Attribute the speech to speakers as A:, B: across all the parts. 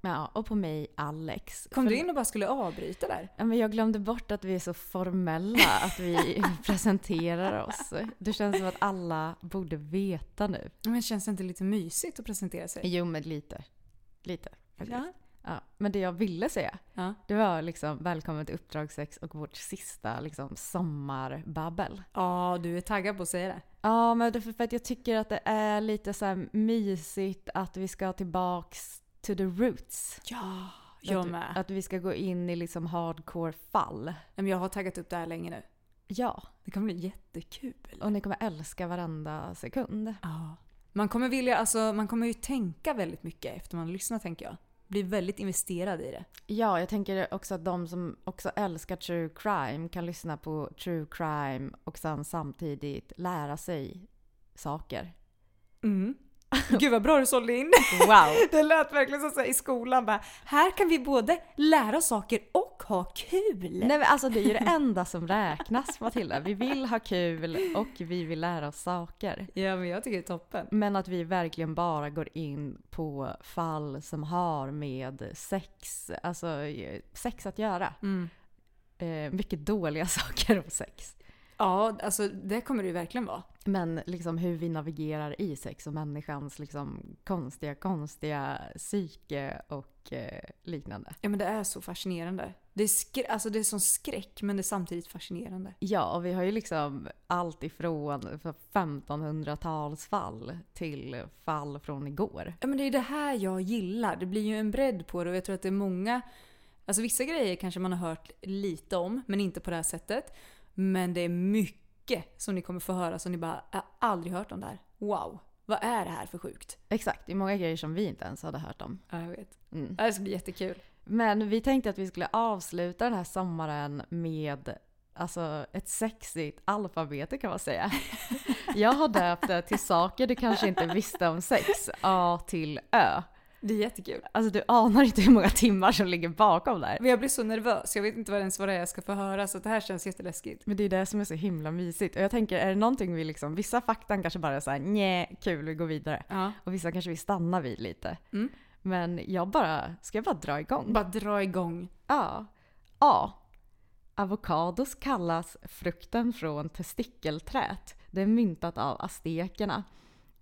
A: Ja, och på mig Alex.
B: Kom
A: För-
B: du in och bara skulle avbryta där?
A: Ja, men jag glömde bort att vi är så formella, att vi presenterar oss. Det känns som att alla borde veta nu.
B: Men känns det inte lite mysigt att presentera sig?
A: Jo, men lite. Lite. faktiskt.
B: Ja.
A: Ja, men det jag ville säga,
B: Ja.
A: det var liksom välkommen till Uppdrag 6 och vårt sista liksom, sommarbabbel.
B: Ja, du är taggad på att säga det.
A: Ja, men det för för att jag tycker att det är lite så här mysigt att vi ska tillbaks to the roots.
B: Ja,
A: att,
B: jag alltså-
A: vi-
B: med.
A: Att vi ska gå in i liksom hardcore fall.
B: Nej, Men jag har taggat upp det här länge nu.
A: Ja.
B: Det kommer bli jättekul.
A: Och ni kommer älska varenda sekund.
B: Ja. Man kommer vilja, alltså man kommer ju tänka väldigt mycket efter man lyssnar tänker jag. Blir väldigt investerad i det.
A: Ja, jag tänker också att de som också älskar true crime kan lyssna på true crime och sen samtidigt lära sig saker.
B: Mm. Gud vad bra du sålde in!
A: Wow!
B: Det lät verkligen som så här i skolan bara, här kan vi både lära oss saker och ha kul!
A: Nej men alltså det är ju det enda som räknas Matilda. Vi vill ha kul och vi vill lära oss saker.
B: Ja men jag tycker det är toppen.
A: Men att vi verkligen bara går in på fall som har med sex, alltså eh, sex att göra. Eh, mycket dåliga saker om sex.
B: Ja, alltså det kommer det ju verkligen vara.
A: Men liksom hur vi navigerar i sex och människans liksom konstiga, konstiga psyke och eh, liknande.
B: Ja men det är så fascinerande. Det är, skr- alltså, det är som skräck men det är samtidigt fascinerande.
A: Ja, och vi har ju liksom allt ifrån 1500-talsfall till fall från igår.
B: Ja men det är det här jag gillar. Det blir ju en bredd på det och jag tror att det är många, alltså vissa grejer kanske man har hört lite om men inte på det här sättet. Men det är mycket som ni kommer få höra som ni bara, jag har aldrig hört om det här. Wow, vad är det här för sjukt?
A: Exakt, det är många grejer som vi inte ens hade hört om.
B: Ja jag vet.
A: Mm.
B: Ja, Det ska bli jättekul.
A: Men vi tänkte att vi skulle avsluta den här sommaren med alltså, ett sexigt alfabet kan man säga. Jag har döpt det till saker du kanske inte visste om sex, A till Ö.
B: Det är jättekul.
A: Alltså du anar inte hur många timmar som ligger bakom där.
B: Men jag blir så nervös, jag vet inte vad ens vad det är jag ska få höra så det här känns jätteläskigt.
A: Men det är det som är så himla mysigt. Och jag tänker, är det någonting vi liksom, vissa faktan kanske bara är såhär nej, kul, vi går vidare.
B: Ja.
A: Och vissa kanske vi stannar vid lite.
B: Mm.
A: Men jag bara, ska jag bara dra igång?
B: Bara dra igång.
A: Ja. A. Avokados kallas frukten från testikelträt. Det är myntat av aztekerna.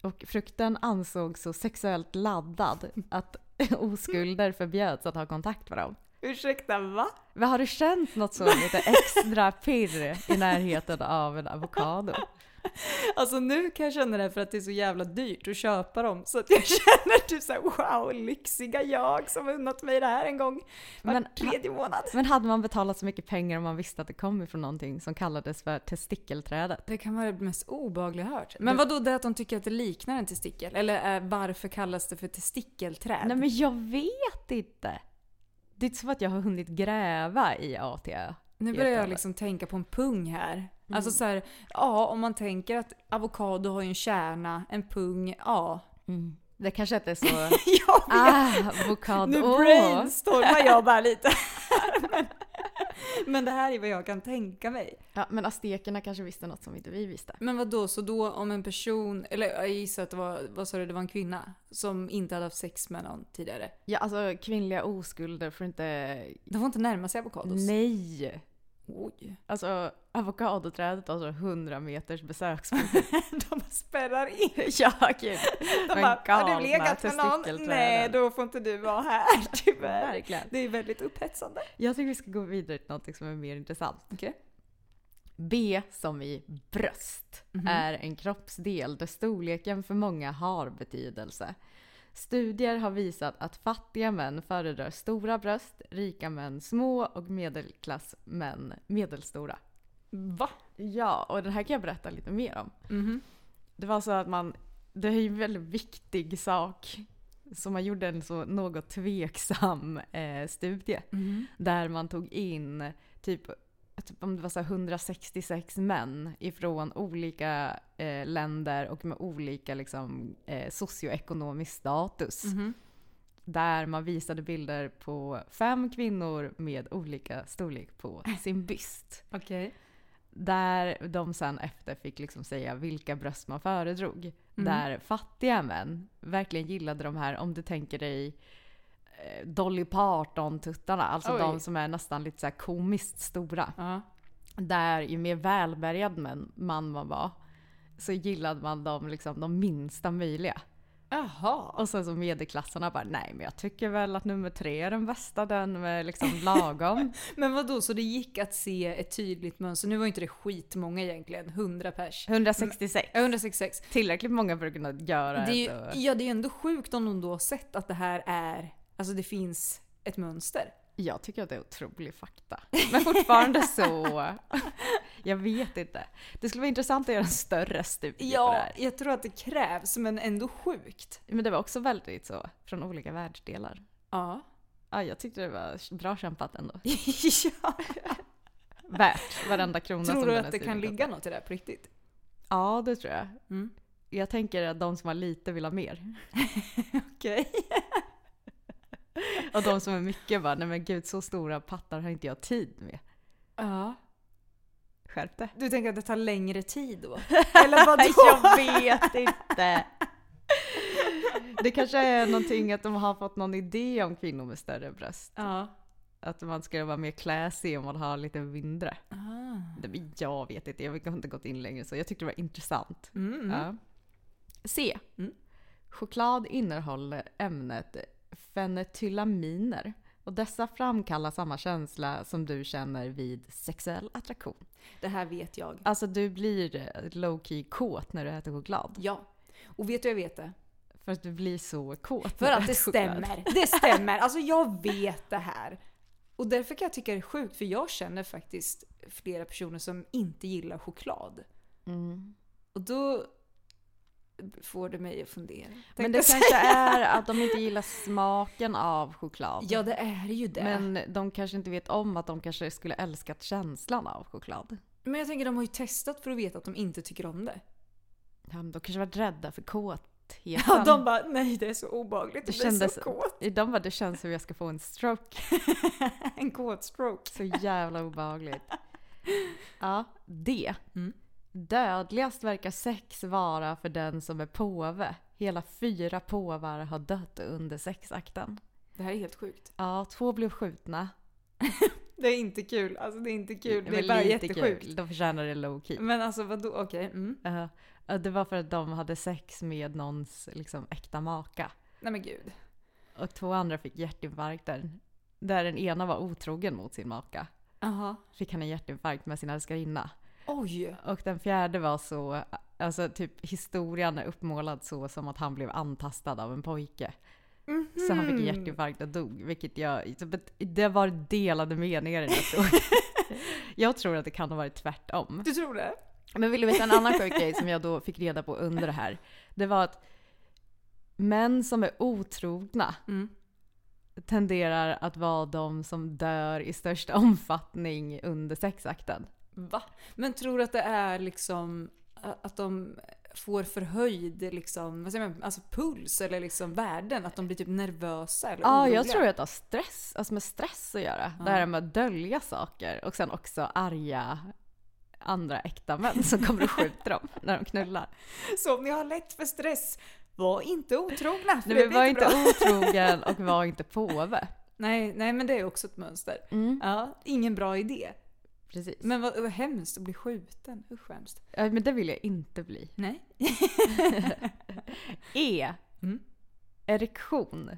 A: Och frukten ansågs så sexuellt laddad att oskulder förbjöds att ha kontakt med dem.
B: Ursäkta, va?
A: Men har du känt något så lite extra pirr i närheten av en avokado?
B: Alltså nu kan jag känna det för att det är så jävla dyrt att köpa dem. Så att jag känner typ såhär wow, lyxiga jag som har unnat mig det här en gång var
A: Men-
B: tredje månad.
A: Men hade man betalat så mycket pengar om man visste att det kom ifrån någonting som kallades för testikelträdet?
B: Det kan vara det mest obehagliga jag hört. Men vadå det att de tycker att det liknar en testikel? Eller eh, varför kallas det för testikelträd?
A: Nej men jag vet inte. Det är inte så att jag har hunnit gräva i ATÖ.
B: Nu börjar jag liksom tänka på en pung här. Alltså så här, ja om man tänker att avokado har ju en kärna, en pung, ja.
A: Det kanske inte är så...
B: Jag vet!
A: ah, avokado.
B: Nu
A: Åh.
B: brainstormar jag bara lite. Men det här är vad jag kan tänka mig.
A: Ja, men aztekerna kanske visste något som inte vi visste.
B: Men vad då så då om en person, eller jag gissar att det var, vad sa du, det var en kvinna som inte hade haft sex med någon tidigare.
A: Ja, alltså kvinnliga oskulder får inte...
B: De får inte närma sig avokados.
A: Nej!
B: Oj.
A: Alltså avokadoträdet har så 100 meters besöksförbud.
B: De spärrar in.
A: ja, gud.
B: De
A: Men
B: bara, har du
A: galna
B: legat med någon?
A: testikelträden.
B: Nej, då får inte du vara här tyvärr.
A: Verkligen.
B: Det är väldigt upphetsande.
A: Jag tycker vi ska gå vidare till något som är mer intressant.
B: Okej.
A: B som i bröst
B: Mhm.
A: är en kroppsdel där storleken för många har betydelse. Studier har visat att fattiga män föredrar stora bröst, rika män små och medelklassmän medelstora.
B: Va?
A: Ja, och den här kan jag berätta lite mer om. Det var så att man, det är ju en väldigt viktig sak. Så man gjorde en så något tveksam eh, studie. Där man tog in typ, typ om det var så här 166 män ifrån olika eh, länder och med olika liksom, eh, socioekonomisk status. Där man visade bilder på fem kvinnor med olika storlek på sin byst.
B: Okej.
A: Där de sen efter fick liksom säga vilka bröst man föredrog.
B: Mm.
A: Där fattiga män verkligen gillade de här, om du tänker dig eh, Dolly Parton-tuttarna. Alltså
B: Oj.
A: de som är nästan lite så här komiskt stora.
B: Ja.
A: Där ju mer välbärgad man, man man var så gillade man de, liksom, de minsta möjliga.
B: Jaha.
A: Och sen så medelklassarna bara nej men jag tycker väl att nummer tre är den bästa, den med liksom lagom.
B: Men vad då så det gick att se ett tydligt mönster. Nu var ju inte det skitmånga egentligen, 100 pers.
A: 166.
B: Ja, 166.
A: Tillräckligt många för att kunna göra
B: Det
A: ett,
B: är
A: och-
B: ju, ja, det är ju ändå sjukt om de då har sett att det här är, alltså det finns ett mönster.
A: Jag tycker att det är otrolig fakta. Men fortfarande så... Jag vet inte. Det skulle vara intressant att göra en större studie på det
B: Ja,
A: här.
B: jag tror att det krävs, men ändå sjukt.
A: Men det var också väldigt så, från olika världsdelar.
B: Ja.
A: Ja, jag tyckte det var bra kämpat ändå.
B: ja.
A: Värt varenda krona
B: Tror
A: som
B: du
A: den
B: att
A: här
B: det kan
A: studien
B: ligga
A: kostar.
B: något i det här på riktigt?
A: Ja, det tror jag.
B: Mm.
A: Jag tänker att de som har lite vill ha mer.
B: Okej.
A: Och de som är mycket bara, nej men gud så stora pattar har inte jag tid med.
B: Ja.
A: Skärp dig.
B: Du tänker att det tar längre tid då? Eller vadå?
A: Jag vet inte. Det kanske är någonting att de har fått någon idé om kvinnor med större bröst.
B: ja.
A: Att man skulle vara mer classy om man har lite mindre. Nej, men Jag vet inte, jag har inte gått in längre så jag tyckte det var intressant.
B: Mm.
A: Ja. C. Choklad innehåller ämnet fenetylaminer. Och dessa framkallar samma känsla som du känner vid sexuell attraktion.
B: Det här vet jag.
A: Alltså du blir low key kåt när du äter choklad.
B: Ja. Och vet du jag vet det?
A: För att du blir så kåt.
B: För
A: när
B: att
A: du
B: det
A: äter choklad.
B: stämmer. Det stämmer. Alltså jag vet det här. Och därför kan jag tycka det är sjukt för jag känner faktiskt flera personer som inte gillar choklad.
A: Mm.
B: Och då får det mig att fundera.
A: Men
B: tänkte
A: det
B: jag säga.
A: kanske är att de inte gillar smaken av choklad.
B: Ja det är ju det. Men,
A: Men de kanske inte vet om att de kanske skulle älskat känslan av choklad.
B: Men jag tänker de har ju testat för att veta att de inte tycker om det.
A: Ja, men de kanske var rädda för kåtheten.
B: Ja, de bara nej det är så obehagligt,
A: det
B: det blir
A: kändes,
B: så kåt.
A: de bara, det känns som jag ska få en stroke.
B: En kåt stroke.
A: Så jävla obehagligt. Ja, det.
B: Mm.
A: Dödligast verkar sex vara för den som är påve. Hela fyra påvar har dött under sexakten.
B: Det här är helt sjukt.
A: Ja, två blev skjutna.
B: Det är inte kul, alltså det är inte kul. Det,
A: var
B: är bara
A: lite
B: jättesjukt.
A: kul. De förtjänar det low key.
B: Men alltså vadå, okej. Mm.
A: Eh, eh, det var för att de hade sex med någons liksom, äkta maka.
B: Nej men gud.
A: Och två andra fick hjärtinfarkter. Där den ena var otrogen mot sin maka.
B: Aha.
A: Fick han en hjärtinfarkt med sin älskarinna.
B: Oj.
A: Och den fjärde var så, alltså typ historien är uppmålad så som att han blev antastad av en pojke. Så han fick
B: Mhm.
A: en hjärtinfarkt och dog. Vilket jag, så- but- det var delade meningar i den här historien. Jag tror att det kan ha varit tvärtom.
B: Du tror det?
A: Men vill du veta en annan sjuk grej som jag då fick reda på under det här? Det var att män som är otrogna tenderar att vara de som dör i störst omfattning under sexakten.
B: Va? Men tror du att det är liksom eh, att de får förhöjd liksom, vad säger man, alltså puls eller liksom värden? Att de blir typ nervösa eller
A: Ja,
B: oroliga?
A: jag tror att det har stress, alltså med stress att göra. Det här med att dölja saker och sen också arga andra äkta män som kommer och skjuter dem när de knullar.
B: Så om ni har lätt för stress, var inte otrogna! För
A: Nej,
B: det
A: men
B: blir
A: var
B: inte
A: inte
B: bra.
A: otrogen och var inte påve.
B: Nej, nej, men det är också ett mönster. Ja, ingen bra idé.
A: Precis. Men,
B: Mm. Men vad, vad hemskt att bli skjuten. Usch vad hemskt.
A: ja, men det vill jag inte bli.
B: Nej.
A: E.
B: Mm.
A: Erektion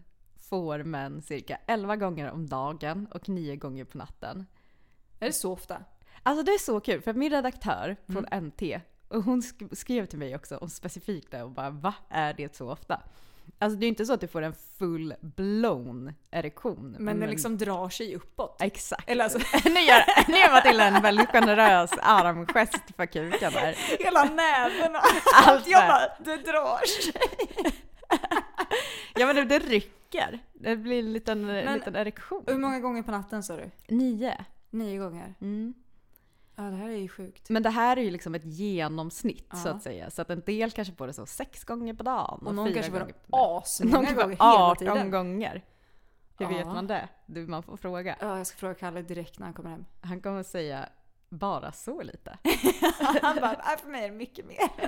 A: får män cirka 11 gånger om dagen och 9 gånger på natten.
B: Är det så ofta?
A: Alltså det är så kul för min redaktör från
B: Mm.
A: NT och hon sk- skrev till mig också om specifikt det och bara va är det så ofta? Alltså det är ju inte så att du får en full blown erektion.
B: Men den liksom drar sig uppåt.
A: Mm. Exakt.
B: Eller alltså
A: nu, gör, nu gör Matilda en väldigt generös armgest för kuken där.
B: hela näven och
A: Allt
B: allt. Jag
A: där.
B: bara, det drar sig.
A: Ja men det- det rycker. Det blir en liten, eh,
B: Men-
A: liten erektion.
B: Hur många gånger på natten sa du?
A: Nio.
B: Nio gånger.
A: Mm.
B: Ja, det här är ju sjukt.
A: Men det här är ju liksom ett genomsnitt så
B: Ja.
A: att säga. Så att en del kanske får det så sex gånger på dagen.
B: Och någon
A: fyra
B: kanske får
A: gånger på dagen. Någon
B: asmånga
A: kanske
B: gånger
A: får
B: hela
A: 18
B: tiden.
A: gånger. Hur vet
B: Ja.
A: man det? Du, man får fråga.
B: Ja, jag ska fråga Kalle direkt när han kommer hem.
A: Han kommer att säga bara så lite.
B: Han bara, "Nej, för mig är det mycket mer.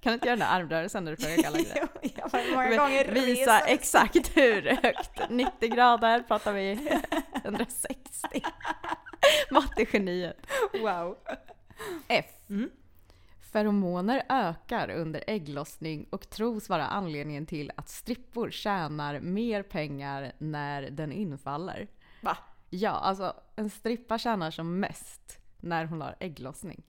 A: Kan du inte göra den där armrörelsen när du frågar Kalle det?
B: Jag bara, hur många gånger
A: Visa
B: reser-
A: exakt hur högt. 90 grader pratar vi. 160. Mattegeniet.
B: Wow.
A: F. Feromoner ökar under ägglossning och tros vara anledningen till att strippor tjänar mer pengar när den infaller.
B: Va?
A: Ja, alltså en strippa tjänar som mest när hon har ägglossning.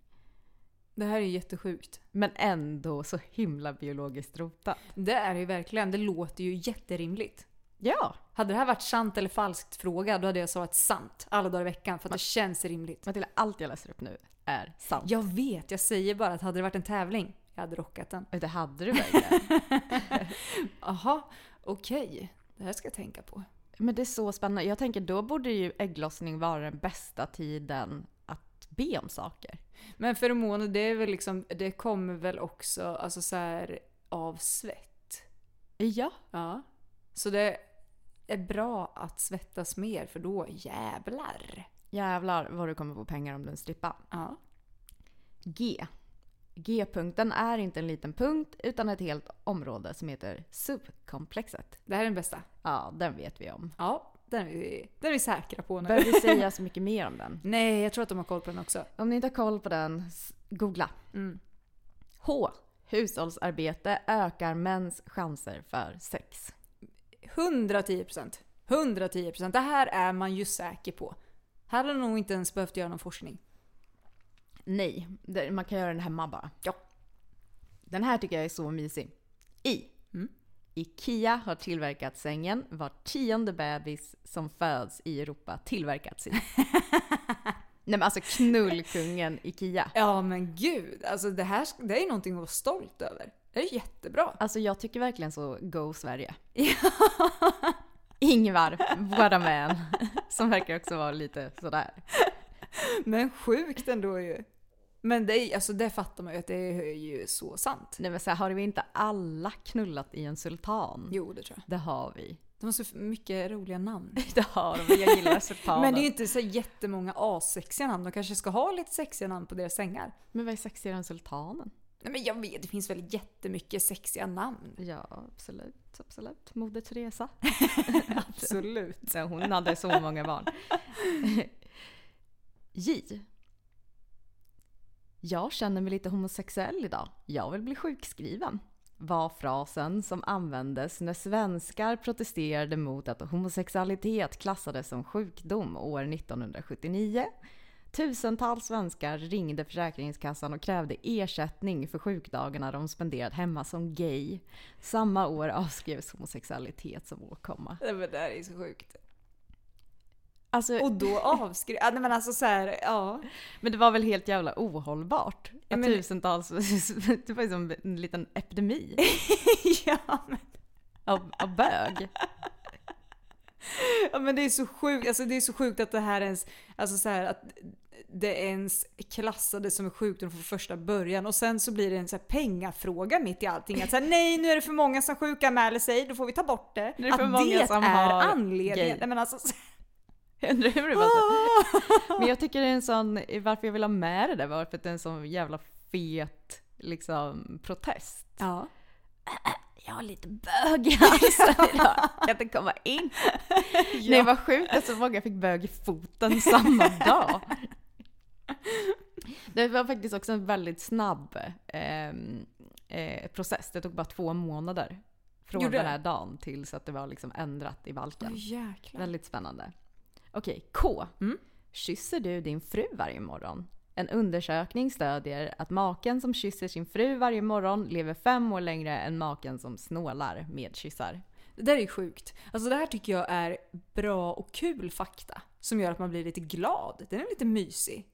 B: Det här är ju jättesjukt.
A: Men ändå så himla biologiskt rotat.
B: Det är det ju verkligen. Det låter ju jätterimligt.
A: Ja!
B: Hade det här varit sant eller falskt fråga, då hade jag svarat sant alla dagar i veckan för att det känns rimligt.
A: Matilda, allt jag läser upp nu är sant.
B: Jag vet, jag säger bara att hade det varit en tävling, jag hade rockat den.
A: Det hade du verkligen.
B: Aha, okej. Det här ska jag tänka på.
A: Men det är så spännande. Jag tänker då borde ju ägglossning vara den bästa tiden att be om saker.
B: Men feromoner, det är väl liksom, det kommer väl också alltså så här, av svett?
A: Ja.
B: Ja. Så det är bra att svettas mer för då jävlar.
A: Jävlar vad du kommer få pengar om du är en strippa.
B: Ja.
A: G. G-punkten är inte en liten punkt utan ett helt område som heter subkomplexet.
B: Det här är den bästa.
A: Ja, den vet vi om.
B: Ja, den är vi, den är vi säkra på nu.
A: Behöver vi säga så mycket mer om den?
B: Nej, jag tror att de har koll på den också.
A: Om ni inte har koll på den, s- googla. H. Hushållsarbete ökar mäns chanser för sex.
B: 110 procent. 110 procent. Det här är man ju säker på. Här har nog inte ens behövt göra någon forskning.
A: Nej, det- man kan göra den hemma bara.
B: Ja.
A: Den här tycker jag är så mysig. I. IKEA har tillverkat sängen. Var tionde bebis som föds i Europa tillverkat sin. Nej men alltså knullkungen IKEA.
B: Ja men gud, alltså det här det är ju någonting att vara stolt över. Det är jättebra.
A: Alltså jag tycker verkligen så, go Sverige. Ingvar, våra man, som verkar också vara lite sådär.
B: Men sjukt ändå ju. Men det, är, alltså det fattar man ju att det är ju så sant.
A: Nej men så här, har vi inte alla knullat i en sultan?
B: Jo, det tror jag.
A: Det har vi.
B: De har så mycket roliga namn.
A: Det har vi, jag gillar sultanen.
B: Men det är ju inte så jättemånga assexiga namn. De kanske ska ha lite sexiga namn på deras sängar.
A: men vad är sexigare än sultanen?
B: Nej men jag vet, det finns väl jättemycket sexiga namn.
A: Ja, absolut, absolut. Moder Teresa.
B: Absolut.
A: Så Hon hade så många barn. J. Jag känner mig lite homosexuell idag. Jag vill bli sjukskriven. Var frasen som användes när svenskar protesterade mot att homosexualitet klassades som sjukdom år 1979. Tusentals svenskar ringde Försäkringskassan och krävde ersättning för sjukdagarna de spenderat hemma som gay. Samma år avskrevs homosexualitet som åkomma.
B: Nej men det här är så sjukt.
A: Alltså,
B: Och då avskrev... Ja, nej men alltså så här, ja.
A: Men det var väl helt jävla ohållbart?
B: Ja,
A: att
B: men-
A: tusentals, det var ju som en liten epidemi
B: ja, men,
A: av, av bög.
B: ja men det är så sjukt, alltså det är så sjukt att det här ens... Alltså så här, att det ens klassades som en sjukdom från första början och sen så blir det en så här pengafråga mitt i allting. Att så här, nej, nu är det för många som sjukanmäler sig, då får vi ta bort det.
A: Det är för
B: att
A: många
B: det
A: som
B: är
A: har gay.
B: anledningen. Nej, men alltså,
A: Undrar hur det var så. Men jag tycker det är en sån, varför jag vill ha med det där var för att det är en sån jävla fet liksom protest.
B: ja.
A: Jag har lite bög i halsen idag, kan inte komma in. Nej vad sjukt att så många alltså, fick bög i foten samma dag. Det var faktiskt också en väldigt snabb ehm, eh, process. Det tog bara två månader från
B: Gjorde
A: den
B: det?
A: här dagen tills att det var liksom ändrat i valken.
B: Åh, jäklar.
A: Väldigt spännande. Okej, K.
B: Mm.
A: Kysser du din fru varje morgon? En undersökning stödjer att maken som kysser sin fru varje morgon lever fem år längre än maken som snålar med kyssar.
B: Det där är ju sjukt. Alltså det här tycker jag är bra och kul fakta. Som gör att man blir lite glad. Den är lite mysig.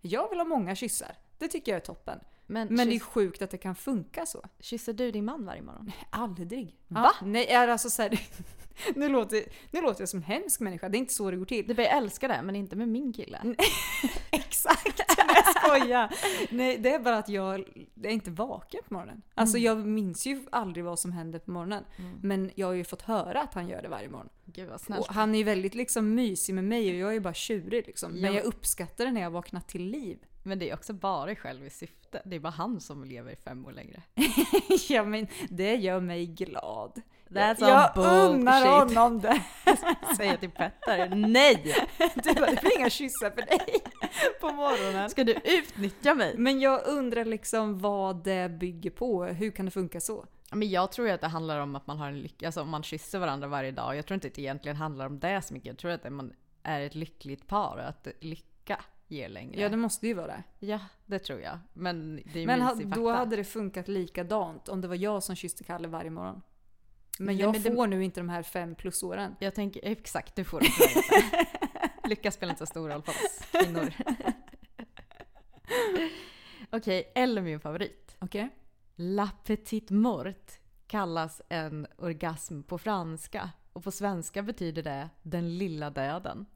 B: Jag vill ha många kyssar. Det tycker jag är toppen.
A: Mm. Men,
B: Men det är
A: kyss,
B: sjukt att det kan funka så.
A: kysser du din man varje morgon?
B: Aldrig.
A: Va?
B: Ja, nej, är alltså så här, nu, låter, nu låter jag som en hemsk människa. Det är inte så det går till.
A: Du börjar älska det, men inte med min kille.
B: Mm, Exakt! Jag skojar! Nej, det är bara att jag är inte vaken på morgonen. Alltså
A: Mm.
B: jag minns ju aldrig vad som händer på morgonen. Men jag har ju fått höra att han gör det varje morgon.
A: Gud vad snällt.
B: Och han är ju väldigt liksom mysig med mig och jag är ju bara tjurig liksom.
A: Ja.
B: Men jag uppskattar det när jag vaknar till liv.
A: Men det är också bara själv i syfte. Det är bara han som lever fem år längre.
B: ja men det gör mig glad.
A: That's
B: jag jag
A: some
B: unnar
A: bullshit.
B: honom det.
A: Säger till Petter, nej!
B: Du bara, det blir inga kyssar för dig på morgonen.
A: Ska du utnyttja mig?
B: Men jag undrar liksom vad det bygger på. Hur kan det funka så?
A: Men jag tror ju att det handlar om att man har en lyck- alltså om man kysser varandra varje dag. Jag tror inte att det egentligen handlar om det så mycket. Jag tror att man är ett lyckligt par och att lycka ger längre.
B: Ja det måste ju vara det.
A: Ja, det tror jag. Men det är ju
B: Men ha,
A: mysig
B: då
A: fakta.
B: hade det funkat likadant om det var jag som kysste Kalle varje morgon. Men
A: Nej,
B: jag
A: men det-
B: får nu inte de här fem plusåren.
A: Jag tänker, exakt, du får det. Lycka spelar inte så stor roll för oss kvinnor. Okej, eller min favorit.
B: Okej?
A: La petite mort kallas en orgasm på franska. Och på svenska betyder det den lilla döden.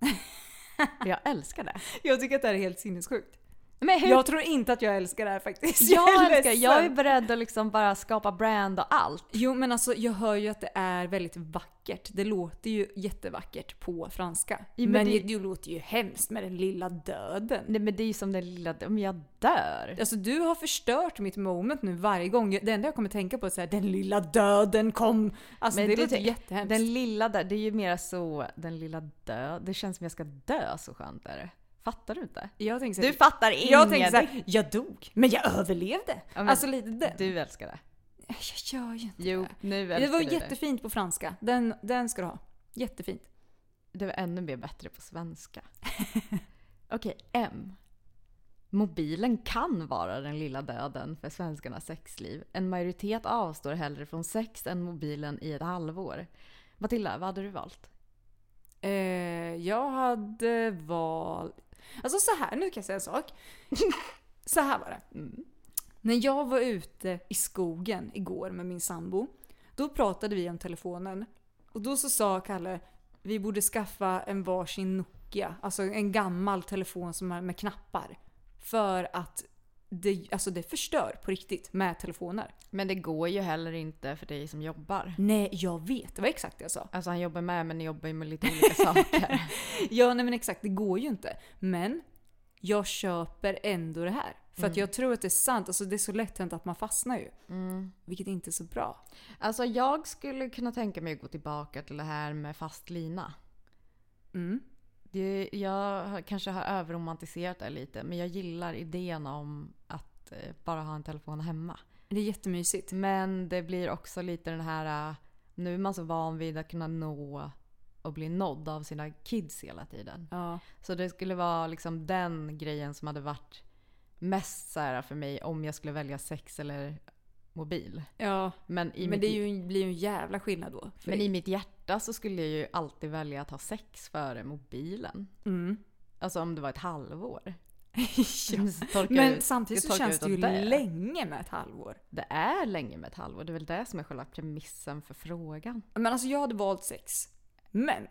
A: Jag älskar det.
B: Jag tycker att det här är helt sinnessjukt.
A: Men hur
B: Jag tror inte att jag älskar det här faktiskt.
A: Jag
B: är
A: älskar,
B: ledsen.
A: jag är beredd att liksom bara skapa brand och allt.
B: Jo men alltså jag hör ju att det är väldigt vackert. Det låter ju jättevackert på franska.
A: Ja, men
B: men
A: det-
B: det... det låter ju hemskt med den lilla döden.
A: Nej men det är ju som den lilla, om jag dör.
B: Alltså du har förstört mitt moment nu varje gång. Det enda jag kommer tänka på är såhär “den lilla döden kom”. Alltså
A: Men
B: det,
A: det
B: låter
A: ty-
B: jättehemskt.
A: Den lilla dör, det är ju mera så, den lilla dö. Det känns som jag ska dö så skönt är det. Fattar du inte?
B: jag tänker
A: Du
B: såhär,
A: fattar ingenting.
B: jag tänker såhär, jag dog, men jag överlevde.
A: men-
B: alltså lite den.
A: Du älskar det.
B: Jag gör ju inte
A: Jo, nu
B: det.
A: älskar
B: Det var
A: du
B: jättefint på franska. Den, den ska du ha. Jättefint.
A: det. Det var ännu mer bättre på svenska. Okej, M. Mobilen kan vara den lilla döden för svenskarnas sexliv. En majoritet avstår hellre från sex än mobilen i ett halvår. Matilda, vad hade du valt?
B: Eh, jag hade valt... Alltså så här, nu kan jag säga en sak. så här var det. När jag var ute i skogen igår med min sambo, då pratade vi om telefonen. Och då så sa Kalle, vi borde skaffa en varsin Nokia. Alltså en gammal telefon som har med knappar. För att det, alltså det förstör på riktigt med telefoner.
A: Men det går ju heller inte för dig som jobbar.
B: Nej, jag vet. Det var exakt det jag sa.
A: Alltså han jobbar med men ni jobbar ju med lite olika saker.
B: Ja, nej men exakt. Det går ju inte. Men jag köper ändå det här. För att jag tror att det är sant. Alltså det är så lätt hänt att man fastnar ju. Vilket inte är så bra.
A: Alltså jag skulle kunna tänka mig att gå tillbaka till det här med fast lina.
B: Mm.
A: Det, jag har- kanske har överromantiserat det lite men jag gillar idén om att eh, bara ha en telefon hemma.
B: Det är jättemysigt.
A: Men det blir också lite den här, eh, nu är man så van vid att kunna nå och bli nådd av sina kids hela tiden.
B: Ja.
A: Så det skulle vara liksom den grejen som hade varit mest så här för mig om jag skulle välja sex eller mobil.
B: ja.
A: Men i,
B: men
A: mitt,
B: det är ju, blir ju en jävla skillnad då. För
A: men i mitt hjärta så skulle jag ju alltid välja att ha sex före mobilen.
B: mm.
A: Alltså om det var ett halvår.
B: ja.
A: Så torkar jag
B: Men
A: ut-
B: samtidigt
A: jag
B: så
A: torkar
B: känns
A: ut
B: det
A: åt
B: ju länge med ett halvår.
A: Det är länge med ett halvår. Det är väl det som är själva premissen för frågan.
B: Men alltså jag hade valt sex. Men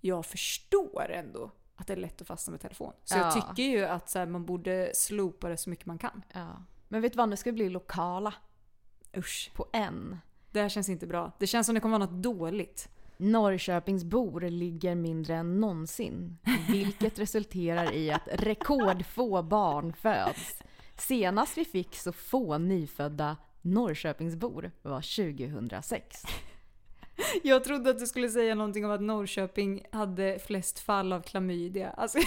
B: jag förstår ändå att det är lätt att fastna med telefon. Så
A: Ja.
B: jag tycker ju att så här, man borde slopa det så mycket man kan.
A: Ja. Men vet du vad, nu ska vi bli lokala
B: Usch.
A: på en.
B: Det här känns inte bra. Det känns som det kommer vara något dåligt.
A: Norrköpingsbor ligger mindre än någonsin, vilket resulterar i att rekordfå barn föds. Senast vi fick så få nyfödda Norrköpingsbor var 2006.
B: Jag trodde att du skulle säga någonting om att Norrköping hade flest fall av klamydia. Alltså,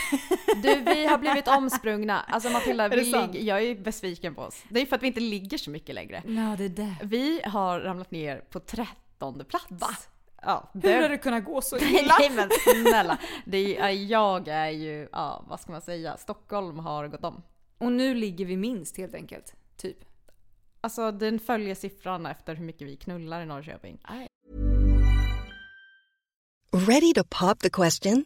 A: Du, vi har blivit omsprungna. Alltså Matilda,
B: det
A: vi
B: sant?
A: lig- jag är besviken på oss. Det är för att vi inte ligger så mycket längre.
B: ja, det är det.
A: Vi har ramlat ner på trettonde plats.
B: Va?
A: Ja,
B: Hur
A: det...
B: har det kunnat gå så
A: Nej,
B: illa?
A: men snälla. Det är, ja, jag är ju, ja, vad ska man säga, Stockholm har gått om.
B: Och nu ligger vi minst helt enkelt. Typ.
A: Alltså den följer siffran efter hur mycket vi knullar i Norrköping.
C: Ready to pop the question?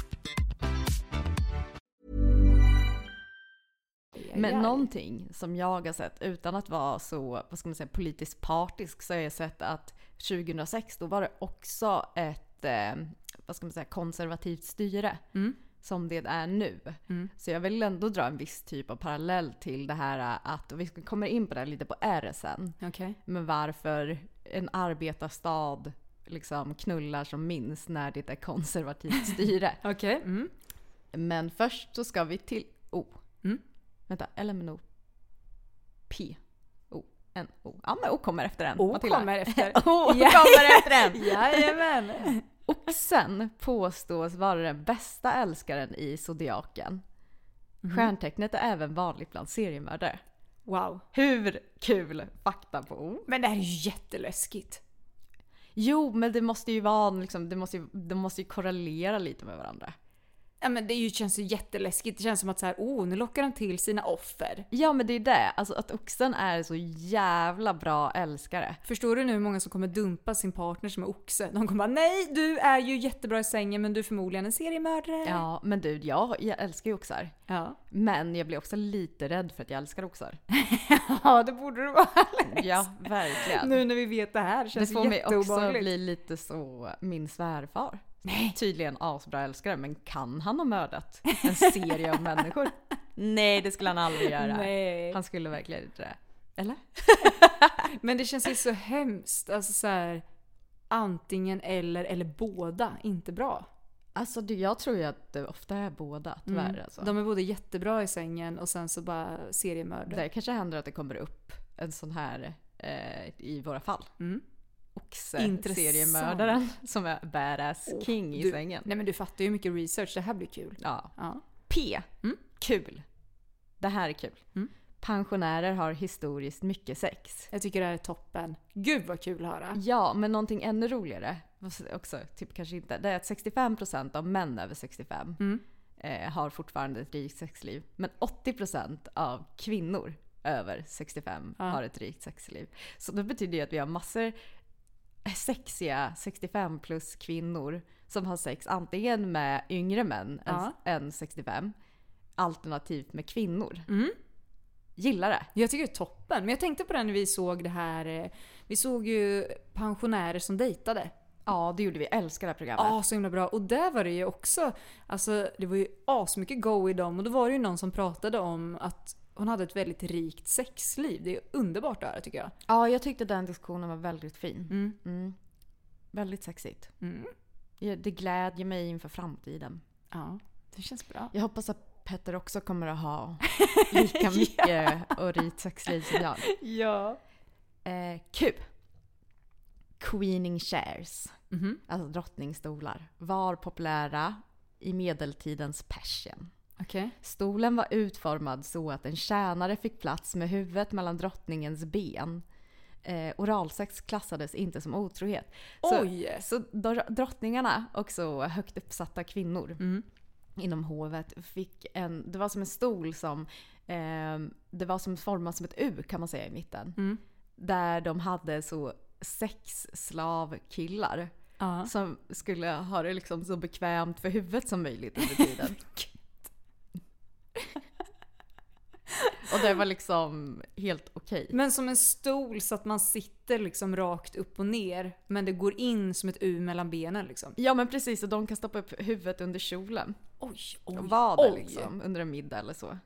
A: Men någonting som jag har sett, utan att vara så vad ska man säga, politiskt partisk, så har jag sett att 2006 då var det också ett eh, vad ska man säga, konservativt styre. Som det är nu. Så jag vill ändå dra en viss typ av parallell till det här eh, att, och vi ska- kommer in på det här lite på R sen.
B: Okej.
A: Men varför en arbetarstad liksom knullar som minst när det är konservativt styre.
B: Okej. Mm.
A: Men först så ska vi till O.
B: Mm.
A: Vänta, L M N O P O N O. Ja men O kommer efter den.
B: O
A: Matilda.
B: kommer efter.
A: o kommer efter den.
B: Jajamän.
A: Oxen påstås vara den bästa älskaren i Zodiaken.
B: Mm.
A: Stjärntecknet är även vanligt bland seriemördare.
B: Wow.
A: Hur kul fakta på O?
B: Men det här är ju jätteläskigt.
A: Jo, men det måste ju vara liksom, det måste ju, de måste ju korrelera lite med varandra.
B: Ja, men det är ju, känns ju jätteläskigt. Det känns som att så här, oh, nu lockar de till sina offer.
A: Ja, men det är det. Alltså att oxen är så jävla bra älskare.
B: Förstår du nu hur många som kommer dumpa sin partner som är oxe? De kommer bara nej, du är ju jättebra i sängen men du är förmodligen en seriemördare.
A: Ja, men du, jag, jag älskar ju oxar.
B: Ja.
A: Men jag blir också lite rädd för att jag älskar oxar.
B: ja, det borde du vara Alex.
A: Ja, verkligen.
B: Nu när vi vet det här
A: det
B: känns det
A: får mig också
B: jätteobehagligt.
A: bli lite så min svärfar. Nej. Tydligen asbra älskare, men kan han ha mördat en serie av människor? Nej, det skulle han aldrig göra.
B: Nej.
A: Han skulle verkligen inte det. Eller?
B: Men det känns ju så hemskt. Alltså så här, antingen eller eller båda, inte bra.
A: Alltså du, jag tror ju att det ofta är båda tyvärr. Alltså.
B: De är både jättebra i sängen och sen så bara seriemördare.
A: Det kanske händer att det kommer upp en sån här eh, i våra fall.
B: Mm. Intressant.
A: Oxe-seriemördaren som är badass king i
B: du,
A: sängen.
B: Nej men du fattar ju hur mycket research, det här blir kul.
A: Ja.
B: Ja.
A: P. Kul. Det här är kul.
B: Mm.
A: Pensionärer har historiskt mycket sex.
B: Jag tycker det här är toppen. Gud vad kul att höra.
A: Ja, men någonting ännu roligare fast också, typ kanske inte, det är att 65% av män över 65 eh, har fortfarande ett rikt sexliv. Men 80% av kvinnor över 65 har ett rikt sexliv. Så det betyder ju att vi har massor eh, sexiga 65 plus kvinnor som har sex antingen med yngre män
B: Ja.
A: än, än 65 alternativt med kvinnor. Gillar det.
B: Jag tycker det är toppen. Men jag tänkte på det när vi såg det här. eh, Vi såg ju pensionärer som dejtade.
A: Ja, det gjorde vi. Älskar det här programmet.
B: Ja, så himla bra. Och där var det ju också, alltså det var ju asmycket go i dem. Och då var det ju någon som pratade om att hon hade ett väldigt rikt sexliv. Det är underbart att höra tycker jag.
A: Ja, jag tyckte den diskussionen var väldigt fin. Mm. Väldigt sexigt. Ja, Det glädjer mig inför framtiden.
B: Ja, det känns bra.
A: Jag hoppas att Petter också kommer att ha lika mycket och rikt sexliv som jag.
B: Ja.
A: Eh, Q. Queening chairs. Alltså drottningstolar. Var populära i medeltidens Persien.
B: Okej.
A: Stolen var utformad så att en tjänare fick plats med huvudet mellan drottningens ben. Eh, oralsex klassades inte som otrohet. Så,
B: Oj!
A: så dr- drottningarna, också högt uppsatta kvinnor inom hovet, fick en... Det var som en stol som... Eh, det var som formad som ett U kan man säga i mitten. Där de hade så sex slavkillar.
B: Ja.
A: Som skulle ha det liksom så bekvämt för huvudet som möjligt under tiden. Och det var liksom helt okej.
B: Men som en stol så att man sitter liksom rakt upp och ner men det går in som ett U mellan benen liksom.
A: Ja men precis, och de kan stoppa upp huvudet under kjolen.
B: Oj, oj,
A: Och vara där
B: oj.
A: liksom under en middag eller så.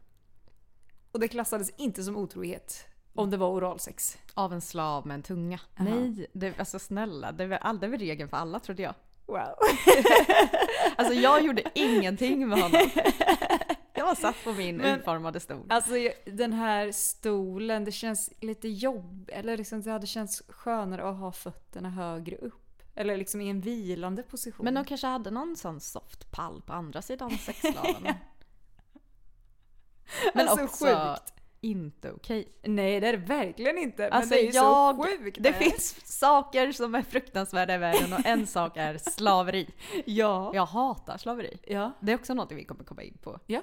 B: Och det klassades inte som otrohet om det var oralsex.
A: Av en slav med en tunga. Nej, det, alltså snälla. Det är väl aldrig väl regeln för alla trodde jag.
B: Wow.
A: Alltså jag gjorde ingenting med honom. Jag bara satt på min utformade stol.
B: Alltså jag- den här stolen, det känns lite jobb eller liksom det hade känts skönare att ha fötterna högre upp. Eller liksom i en vilande position.
A: Men de kanske hade någon sån soft pall på andra sidan sexslaven. Men
B: Alltså,
A: också
B: sjukt.
A: inte okej.
B: Nej det är det verkligen inte.
A: Alltså
B: men det är ju
A: jag,
B: så sjukt.
A: det finns saker som är fruktansvärda i världen och en sak är slaveri.
B: Ja.
A: Jag hatar slaveri.
B: Ja.
A: Det är också något vi kommer komma in på
B: Ja.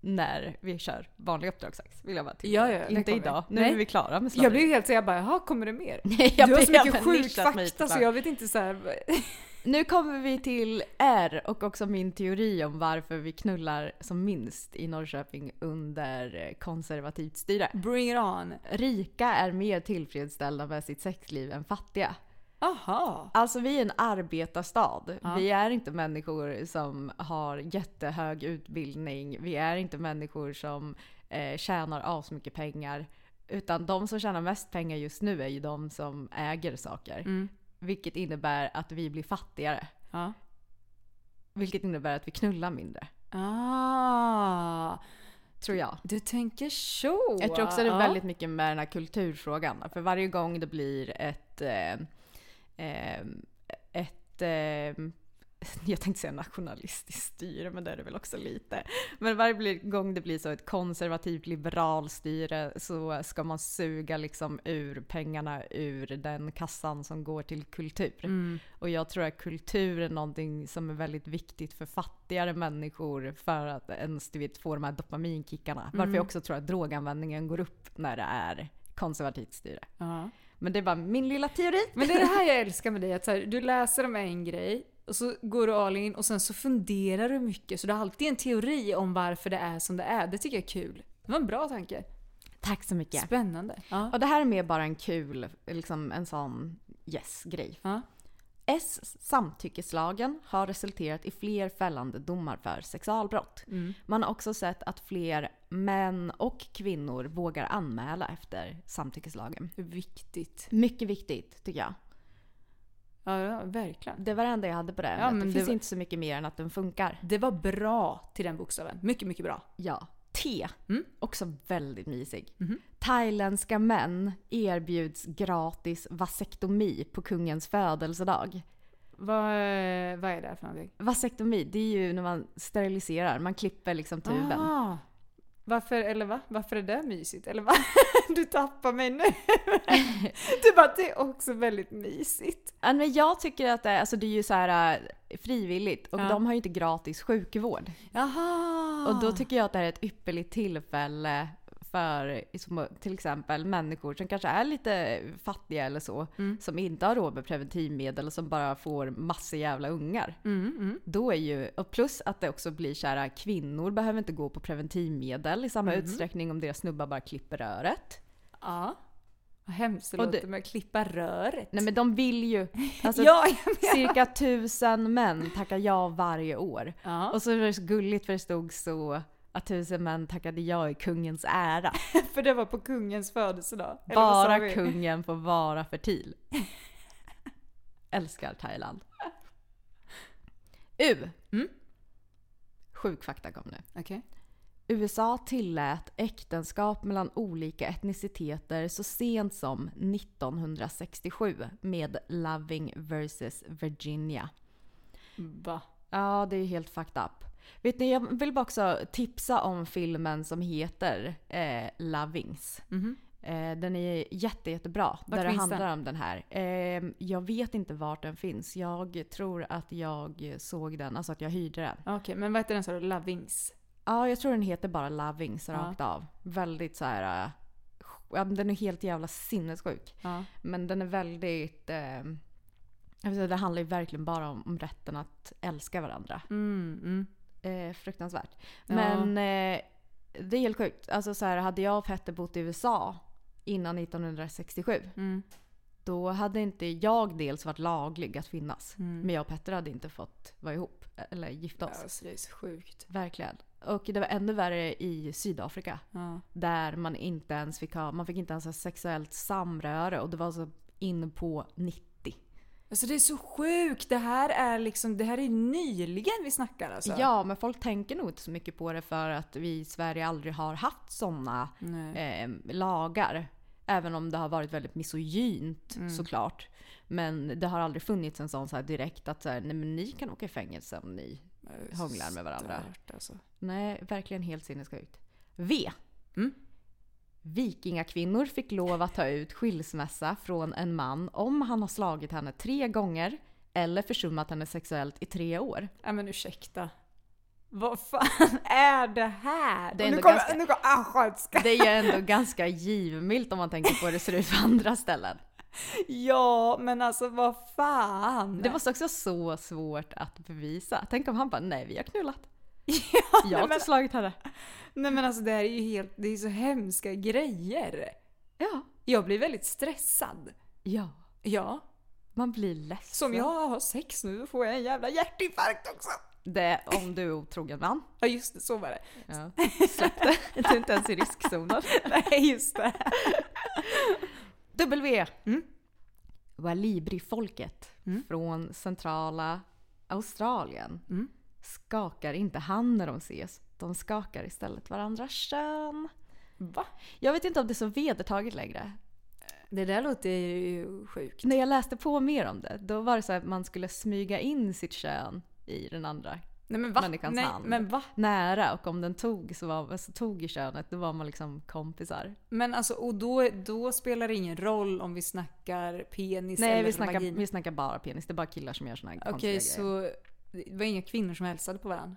A: när vi kör vanliga uppdragssex. Vill jag bara
B: Ja, ja, det
A: Inte
B: kommer.
A: idag, nu
B: Nej.
A: är vi klara med slaveri.
B: Jag blev ju helt så jag bara, jaha kommer det mer?
A: Nej, jag
B: du har så
A: blev- jag
B: mycket
A: blev
B: sjuk
A: nischat mig
B: fakta så
A: såklart.
B: jag vet inte så här.
A: Nu kommer vi till R och också min teori om varför vi knullar som minst i Norrköping under eh, konservativt styre.
B: Bring it on.
A: Rika är mer tillfredsställda med sitt sexliv än fattiga.
B: Aha.
A: Alltså vi är en arbetarstad. Vi är inte människor som har jättehög utbildning. Vi är inte människor som eh, tjänar asmycket pengar. Utan de som tjänar mest pengar just nu är ju de som äger saker. Vilket innebär att vi blir fattigare.
B: Mm. Ja.
A: Vilket innebär att vi knullar mindre.
B: Ah.
A: Tror jag.
B: Du tänker så.
A: Jag tror också det är
B: Ja.
A: väldigt mycket med den här kulturfrågan. För varje gång det blir ett... Eh, eh, ett eh, jag tänkte säga nationalistiskt styre, men det är det väl också lite. Men varje blir- gång det blir så ett konservativt liberalt styre så ska man suga liksom ur pengarna ur den kassan som går till kultur. Och jag tror att kultur är någonting som är väldigt viktigt för fattigare människor för att ens du vet, få de här dopaminkickarna. Varför jag också tror att droganvändningen går upp när det är konservativt styre.
B: Ja.
A: Men det är bara min lilla teori.
B: Men det är det här jag älskar med dig. Att så här, du läser om en grej och så går du all in och sen så funderar du mycket. Så du har alltid en teori om varför det är som det är. Det tycker jag är kul. Det var en bra tanke.
A: Tack så mycket.
B: Spännande. Ja.
A: Och det här är mer bara en kul, liksom en sån yes-grej.
B: Ja.
A: S samtyckeslagen har resulterat i fler fällande domar för sexualbrott.
B: Mm.
A: Man har också sett att fler män och kvinnor vågar anmäla efter samtyckeslagen.
B: Viktigt.
A: Mycket viktigt tycker jag.
B: Ja, ja, verkligen.
A: Det var det enda jag hade på det ämnet.
B: men
A: Det
B: det
A: finns
B: var-
A: inte så mycket mer än att den funkar.
B: Det var bra till den bokstaven. Mycket, mycket bra.
A: Ja. T. Också väldigt mysig. Thailändska män erbjuds gratis vasektomi på kungens födelsedag.
B: Vad, eh, vad är det här för någonting?
A: Vasektomi, det är ju när man steriliserar. Man klipper liksom tuben.
B: Ah. Varför, eller va? Varför är det mysigt? Eller va? Du tappar mig nu. Du bara, det är också väldigt mysigt.
A: Ja, Men jag tycker att det, alltså det är ju så här äh, frivilligt och de har ju inte gratis sjukvård.
B: Jaha!
A: Och då tycker jag att det här är ett ypperligt tillfälle för som till exempel människor som kanske är lite fattiga eller så.
B: Mm.
A: Som inte har råd med preventivmedel och som bara får massor jävla ungar.
B: Mm,
A: Då är ju, och plus att det också blir så här, kvinnor behöver inte gå på preventivmedel i
B: Mm.
A: samma utsträckning om deras snubbar bara klipper röret.
B: Ja. Vad hemskt det
A: Och
B: låter
A: det-
B: med att klippa röret.
A: Nej men de vill ju. Alltså,
B: ja, jag menar.
A: Cirka tusen män tackar ja varje år.
B: Ja.
A: Och så var det så gulligt för det stod så att tusen män tackade ja i kungens ära.
B: För det var på kungens födelsedag. Eller vad sa
A: Bara
B: vi?
A: kungen får vara fertil. Älskar Thailand. U. Mm. Sjuk fakta kom nu.
B: Okej.
A: USA tillät äktenskap mellan olika etniciteter så sent som 1967 med Loving vs Virginia.
B: Va?
A: Ja, det är helt fucked up. Vet ni, jag vill bara också tipsa om filmen som heter eh, Lovings.
B: Mhm.
A: Eh, den är jätte, jättebra.
B: Vart
A: där det
B: finns
A: handlar
B: den?
A: om den här. Eh, jag vet inte vart den finns. Jag tror att jag såg den, alltså att jag hyrde den.
B: Okej, men vad heter den sa du? Lovings?
A: Ja, jag tror den heter bara Lovings
B: Ja.
A: rakt av. Väldigt så här... eh, Ja, men den är helt jävla sinnessjuk.
B: Ja.
A: Men den är väldigt... Eh, jag vill säga, det handlar ju verkligen bara om, om rätten att älska varandra.
B: Mm, mm.
A: Eh, fruktansvärt.
B: Ja.
A: Men eh, det är helt sjukt. Alltså, så här, hade jag och Petter bott i USA innan 1967
B: Mm.
A: då hade inte jag dels varit laglig att finnas.
B: Mm.
A: Men jag och Petter hade inte fått vara ihop eller gifta oss.
B: Alltså, det är så sjukt.
A: Verkligen. Och det var ännu värre i Sydafrika.
B: Ja.
A: Där man inte ens fick ha, man fick inte ens ha sexuellt samröre och det var så in på 90.
B: Alltså det är så sjukt! Det här är liksom, det här är nyligen vi snackar alltså.
A: Ja, men folk tänker nog inte så mycket på det för att vi i Sverige aldrig har haft sådana
B: Nej.
A: eh, lagar. Även om det har varit väldigt misogynt
B: Mm.
A: såklart. Men det har aldrig funnits en sån så här direkt att så här, nej, men ni kan åka i fängelse om ni
B: Det är så
A: hånglar med varandra.
B: stört, Alltså.
A: Nej, verkligen helt sinnessjukt. V.
B: Mm.
A: Vikingakvinnor fick lov att ta ut skilsmässa från en man om han har slagit henne tre gånger eller försummat henne sexuellt i tre år.
B: Nej men ursäkta. Vad fan är det här?
A: Det är
B: Och nu
A: ändå
B: kommer
A: ganska-
B: nu kommer östgötska.
A: Det är ju ändå ganska givmilt om man tänker på hur det ser ut på andra ställen.
B: Ja, men alltså vad fan.
A: Det måste också vara så svårt att bevisa. Tänk om han bara “nej, vi har knullat”. Jag har
B: nej,
A: inte
B: men,
A: slagit henne.
B: nej men alltså det här är ju helt, det är så hemska grejer.
A: Ja.
B: Jag blir väldigt stressad.
A: Ja.
B: Ja.
A: Man blir ledsen.
B: Som jag har sex nu får jag en jävla hjärtinfarkt också.
A: Det, om du är otrogen man.
B: Ja just det, så var det.
A: Ja. Släpp det. Du är inte ens i riskzonen.
B: Nej just det.
A: W.
B: Mm.
A: Walibri-folket från centrala Australien
B: Mm.
A: skakar inte hand när de ses. De skakar istället varandras kön.
B: Va?
A: Jag vet inte om det är så vedertaget längre.
B: Det där låter ju sjukt.
A: När jag läste på mer om det, då var det så här att man skulle smyga in sitt kön i den andra
B: Nej men va?
A: människans
B: Nej,
A: hand.
B: men va?
A: Nära och om den tog så, var, så tog i könet, då var man liksom kompisar.
B: Men alltså, och då, då spelar det ingen roll om vi snackar penis
A: Nej,
B: eller
A: vi snackar,
B: vagina.
A: vi snackar bara penis. Det är bara killar som gör såna här
B: Okej,
A: konstiga grejer.
B: så det var inga kvinnor som hälsade på varandra?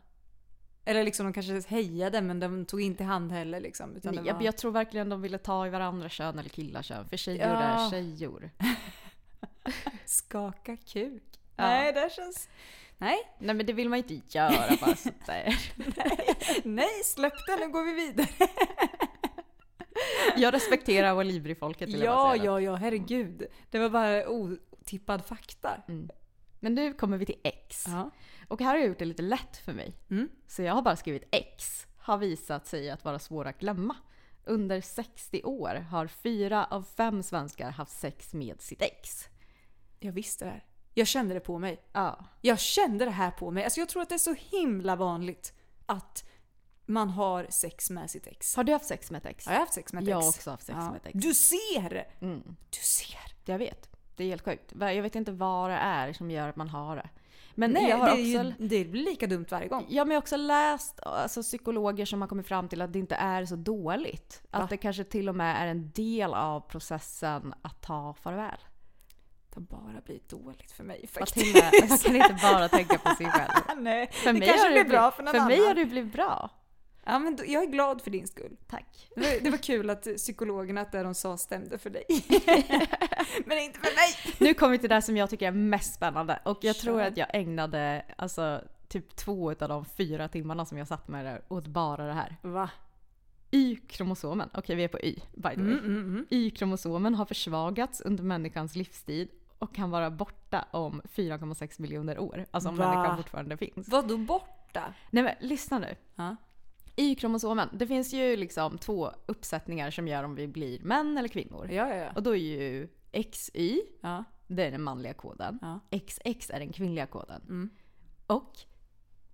B: Eller liksom de kanske hejade men de tog inte hand heller liksom. Utan
A: Nej,
B: det var...
A: jag, jag tror verkligen de ville ta i varandra kön eller killars kön. För tjejor
B: Ja.
A: är tjejor.
B: Skaka kuk.
A: Ja.
B: Nej, det känns... Nej,
A: Nej men det vill man ju inte göra bara sådär.
B: nej, släpp det, nu går vi vidare.
A: Jag respekterar Walibri-folket vill jag bara
B: Ja,
A: säga.
B: ja, ja, herregud. Det var bara otippad fakta.
A: Men nu kommer vi till X.
B: Ja.
A: Och här har jag gjort det lite lätt för mig.
B: Mm.
A: Så jag har bara skrivit X har visat sig att vara svåra att glömma. Under 60 år har fyra av fem svenskar haft sex med sitt ex.
B: Jag visste det här. Jag kände det på mig.
A: Ja.
B: Jag kände det här på mig. Alltså jag tror att det är så himla vanligt att man har sex med sitt ex.
A: Har du haft sex med ett ex?
B: Har jag haft sex med ett
A: Jag
B: ex?
A: har också haft sex med ett ex. Mm.
B: Du ser! Du ser.
A: Jag vet. Det är helt sjukt. Jag vet inte vad det är som gör att man har det. Men
B: Nej,
A: jag har
B: det,
A: också...
B: är ju, det blir lika dumt varje gång.
A: Ja, men jag har också läst alltså, psykologer som har kommit fram till att det inte är så dåligt. Att det kanske till och med är en del av processen att ta farväl.
B: Det har bara blivit dåligt för mig faktiskt.
A: Matilda, man kan inte bara tänka på sig själv.
B: Nej,
A: För
B: det
A: mig,
B: kanske
A: har, det
B: blir
A: blivit,
B: bra för någon annan.
A: mig har det blivit bra.
B: Ja, men då, jag är glad för din skull.
A: Tack.
B: Det var, det var kul att psykologerna, att det de sa stämde för dig. men inte för mig!
A: Nu kommer vi till det som jag tycker är mest spännande. Och jag tror
B: Kör.
A: att jag ägnade alltså, typ två av de fyra timmarna som jag satt med det där åt bara det här.
B: Va?
A: Y-kromosomen. Okej, vi är på Y, by the way.
B: Mm,
A: Y-kromosomen har försvagats under människans livstid och kan vara borta om 4,6 miljoner år. Alltså om
B: Va?
A: människan fortfarande finns.
B: Vad då borta?
A: Nej men lyssna nu.
B: Ja.
A: Y-kromosomen, det finns ju liksom två uppsättningar som gör om vi blir män eller kvinnor.
B: Ja, ja, ja.
A: Och då är ju XY,
B: ja.
A: det är den manliga koden.
B: Ja. Mm.
A: XX är den kvinnliga koden. Och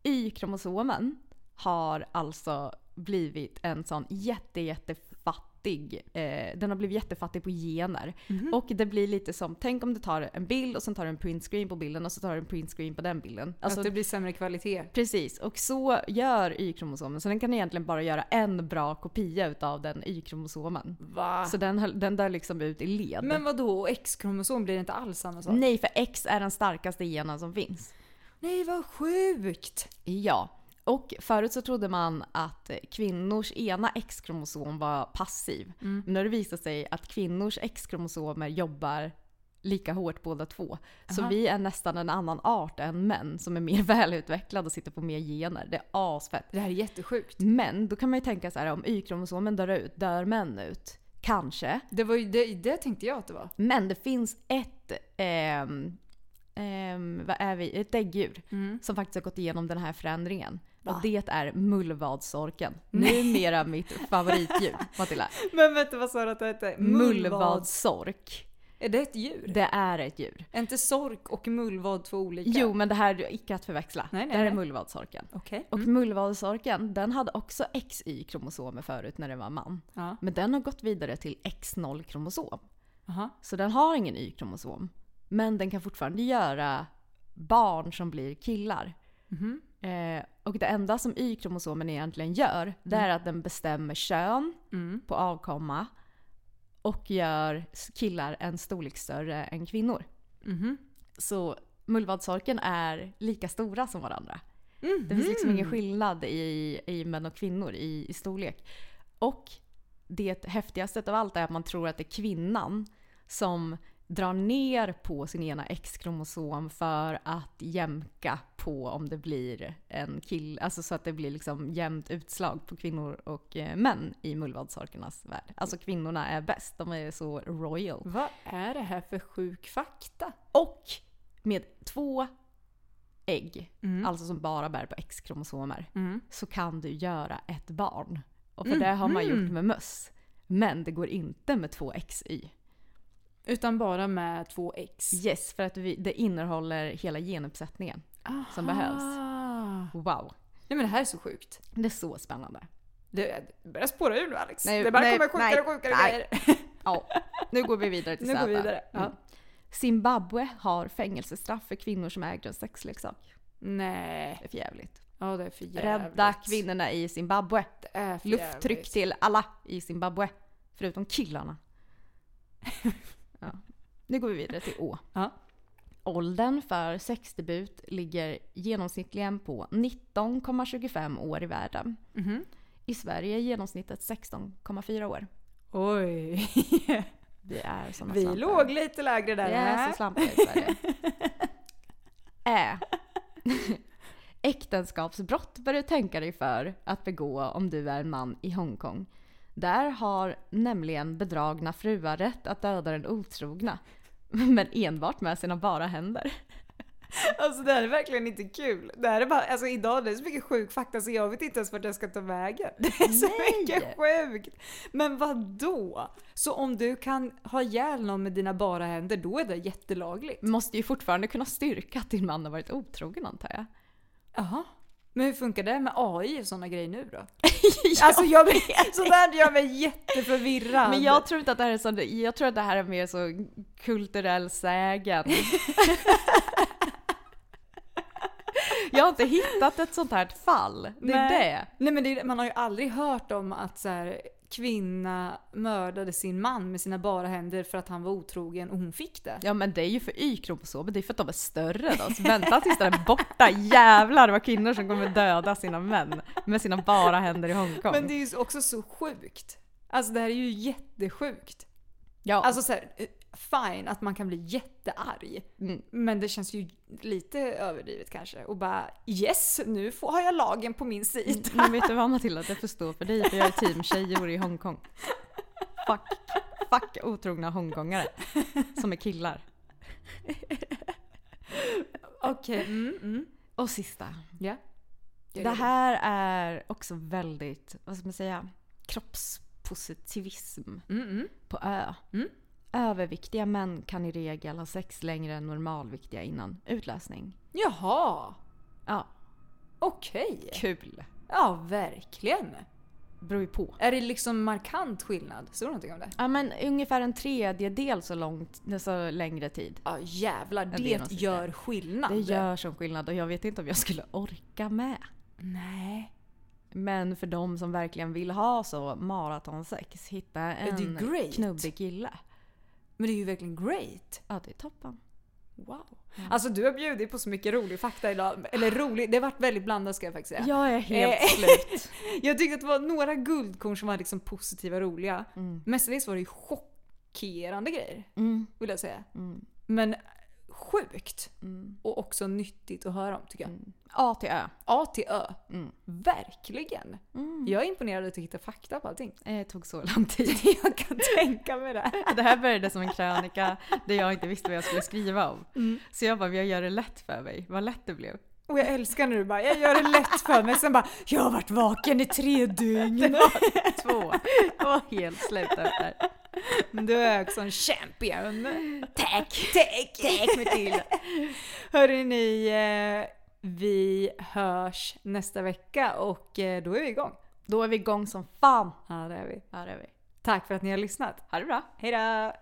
A: Y-kromosomen har alltså blivit en sån jätte, jättefattig, eh, den har blivit jättefattig på gener.
B: Mhm.
A: Och det blir lite som, tänk om du tar en bild och sen tar du en printscreen på bilden och så tar du en printscreen på den bilden. Alltså,
B: att det blir sämre kvalitet.
A: Precis, och så gör Y-kromosomen. Så den kan egentligen bara göra en bra kopia utav den Y-kromosomen.
B: Va?
A: Så den, höll- den där liksom ut i led.
B: Men vad då? Och X-kromosom blir inte alls samma sak?
A: Nej, för X är den starkaste genen som finns.
B: Nej, vad sjukt!
A: Ja. Och förut så trodde man att kvinnors ena X-kromosom var passiv.
B: Mm.
A: Men nu har det visat sig att kvinnors X-kromosomer jobbar lika hårt båda två. Så vi är nästan en annan art än män som är mer välutvecklade och sitter på mer gener. Det är asfett.
B: Det här är jättesjukt.
A: Men då kan man ju tänka så här om Y-kromosomen dör ut, dör män ut? Kanske.
B: Det, var ju, det, det tänkte jag att det var.
A: Men det finns ett, ehm, ehm, vad är vi, ett däggdjur
B: Mm.
A: som faktiskt har gått igenom den här förändringen. Och det är mullvadsorken. Numera mitt favoritdjur, Matilda.
B: Men vänta, vad sa du att det hette?
A: Mullvadsork.
B: Är det ett djur?
A: Det är ett djur.
B: Är inte sork och mullvad två olika?
A: Jo, men det här är icke att förväxla.
B: Nej, nej,
A: det här är
B: nej.
A: mullvadsorken.
B: Okej. Mm.
A: Och mullvadsorken, den hade också XY-kromosomer förut när den var man.
B: Ja.
A: Men den har gått vidare till X0-kromosom.
B: Aha.
A: Så den har ingen Y-kromosom. Men den kan fortfarande göra barn som blir killar. Eh, och det enda som Y-kromosomen egentligen gör, det är att den bestämmer kön på avkomma och gör s- killar en storlek större än kvinnor. Så mullvadsorken är lika stora som varandra. Det finns liksom ingen skillnad i, i män och kvinnor i, i storlek. Och det häftigaste av allt är att man tror att det är kvinnan som drar ner på sin ena X-kromosom för att jämka på om det blir en kill, alltså så att det blir liksom jämnt utslag på kvinnor och eh, män i mullvadsorkernas värld. Alltså kvinnorna är bäst, de är så royal.
B: Vad är det här för sjuk fakta?
A: Och med två ägg, alltså som bara bär på X-kromosomer, så kan du göra ett barn. Och för det har man gjort med möss. Men det går inte med två XY.
B: Utan bara med två X.
A: Yes, för att vi, det innehåller hela genuppsättningen som behövs.
B: Ah.
A: Wow.
B: Nej men det här är så sjukt.
A: Det är så spännande.
B: Det, det börjar spåra ur nu Alex.
A: Nej,
B: det bara
A: nej,
B: kommer sjukare
A: nej,
B: och sjukare
A: nej.
B: grejer.
A: Ja, nu går vi vidare till
B: Nu går vi
A: Z.
B: vidare. Ja.
A: Mm. Zimbabwe har fängelsestraff för kvinnor som äger en sexleksak.
B: Nej.
A: Det är för jävligt.
B: Ja det är för jävligt.
A: Rädda kvinnorna i Zimbabwe.
B: Det är för
A: Lufttryck
B: jävligt.
A: till alla i Zimbabwe. Förutom killarna. ja. Nu går vi vidare till Å.
B: Ja.
A: Åldern för sexdebut ligger genomsnittligen på 19,25 år i världen.
B: Mhm.
A: I Sverige är genomsnittet 16,4 år.
B: Oj.
A: Vi är såna
B: Vi
A: svampar.
B: låg lite lägre där.
A: Vi är
B: va?
A: så slampiga i Sverige. Ä. Äktenskapsbrott bör du tänka dig för att begå om du är en man i Hongkong. Där har nämligen bedragna fruar rätt att döda den otrogna. Men enbart med sina bara händer.
B: Alltså det här är verkligen inte kul. Det här är bara, alltså idag det är så mycket sjuk fakta så jag vet inte ens vart jag ska ta vägen. Det är så
A: Nej.
B: mycket sjukt. Men vad då? Så om du kan ha ihjäl någon med dina bara händer, då är det jättelagligt?
A: Måste ju fortfarande kunna styrka att din man har varit otrogen antar jag.
B: Jaha. Men hur funkar det med AI och sådana grejer nu då? Alltså jag blir, så där gör mig jätteförvirrad.
A: Men jag tror inte att det här är så, jag tror att det här är mer så kulturell sägen. jag har inte hittat ett sånt här fall. Det är
B: Nej.
A: det.
B: Nej men det, är- man har ju aldrig hört om att så här, kvinna mördade sin man med sina bara händer för att han var otrogen och hon fick det.
A: Ja men det är ju för Y-kromosomer, det är för att de är större då. Så vänta tills den är borta. Jävlar vad kvinnor som kommer döda sina män med sina bara händer i Hongkong.
B: Men det är ju också så sjukt. Alltså det här är ju jättesjukt.
A: ja.
B: Alltså så här, eh, fine att man kan bli jättearg.
A: Mm.
B: Men det känns ju lite överdrivet kanske. Och bara yes, nu får, har jag lagen på min sida.
A: Men vet du vad Matilda, det förstår för dig för jag är team tjejer i Hongkong. Fuck, fuck otrogna hongkongare som är killar.
B: Okej. Mm, mm.
A: Och sista.
B: Ja.
A: Det här är också väldigt, vad ska man säga, kroppspositivism
B: Mm, mm.
A: på ö. Överviktiga män kan i regel ha sex längre än normalviktiga innan utlösning.
B: Jaha,
A: Ja,
B: okej.
A: kul.
B: Ja, verkligen.
A: Beror ju på.
B: Är det liksom markant skillnad? Står det någonting om det?
A: Ja men ungefär en tredjedel så, långt, så längre tid.
B: Ja jävlar,
A: Ja,
B: det,
A: det är något
B: gör
A: sånt
B: skillnad.
A: Det gör som skillnad och jag vet inte om jag skulle orka med.
B: Nej.
A: Men för de som verkligen vill ha så maratonsex, hitta
B: Ja, det är
A: en
B: great.
A: knubbig kille.
B: Men det är ju verkligen great.
A: Ja, det är toppen.
B: Wow.
A: Mm.
B: Alltså du har bjudit på så mycket rolig fakta idag.
A: Ah.
B: Eller rolig, det har varit väldigt blandat ska jag faktiskt säga.
A: Jag är helt
B: Eh,
A: slut.
B: Jag tyckte att det var några guldkorn som var liksom positiva och roliga.
A: Mm.
B: Mestadels var det ju chockerande grejer. Vill jag säga.
A: Mm.
B: Men sjukt. Och också nyttigt att höra om tycker jag.
A: Mm. A till Ö. Mm.
B: A till Ö. Verkligen. Jag är imponerad att du hittar fakta på allting.
A: Eh, tog så lång tid.
B: Jag kan tänka mig det.
A: Det här började som en krönika där jag inte visste vad jag skulle skriva om. Så jag bara, jag gör det lätt för mig. Vad lätt det blev.
B: Mm. Och jag älskar när du bara, jag gör det lätt för mig. Sen bara, jag har varit vaken i tre dygn.
A: Två. Och helt slut efter.
B: Du är också en champion.
A: Tack!
B: Tack, tack Matilda. Hörrni, eh, vi hörs nästa vecka och eh, då är vi igång.
A: Då är vi igång som fan.
B: Ja, det är vi.
A: Ja, det är vi.
B: Tack för att ni har lyssnat.
A: Ha det bra.
B: Hej då!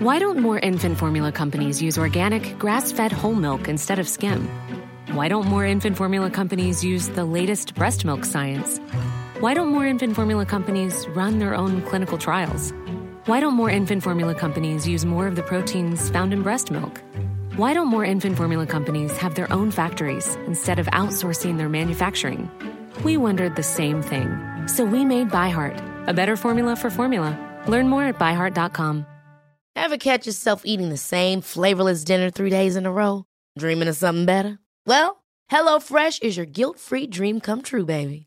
D: Why don't more infant formula companies use organic, grass fed whole milk instead of skim? Why don't more infant formula companies use the latest breast milk science? Why don't more infant formula companies run their own clinical trials? Why don't more infant formula companies use more of the proteins found in breast milk? Why don't more infant formula companies have their own factories instead of outsourcing their manufacturing? We wondered the same thing. So we made ByHeart, a better formula for formula. Learn more at byheart.com.
E: Ever catch yourself eating the same flavorless dinner three days in a row? Dreaming of something better? Well, HelloFresh is your guilt free dream come true, baby.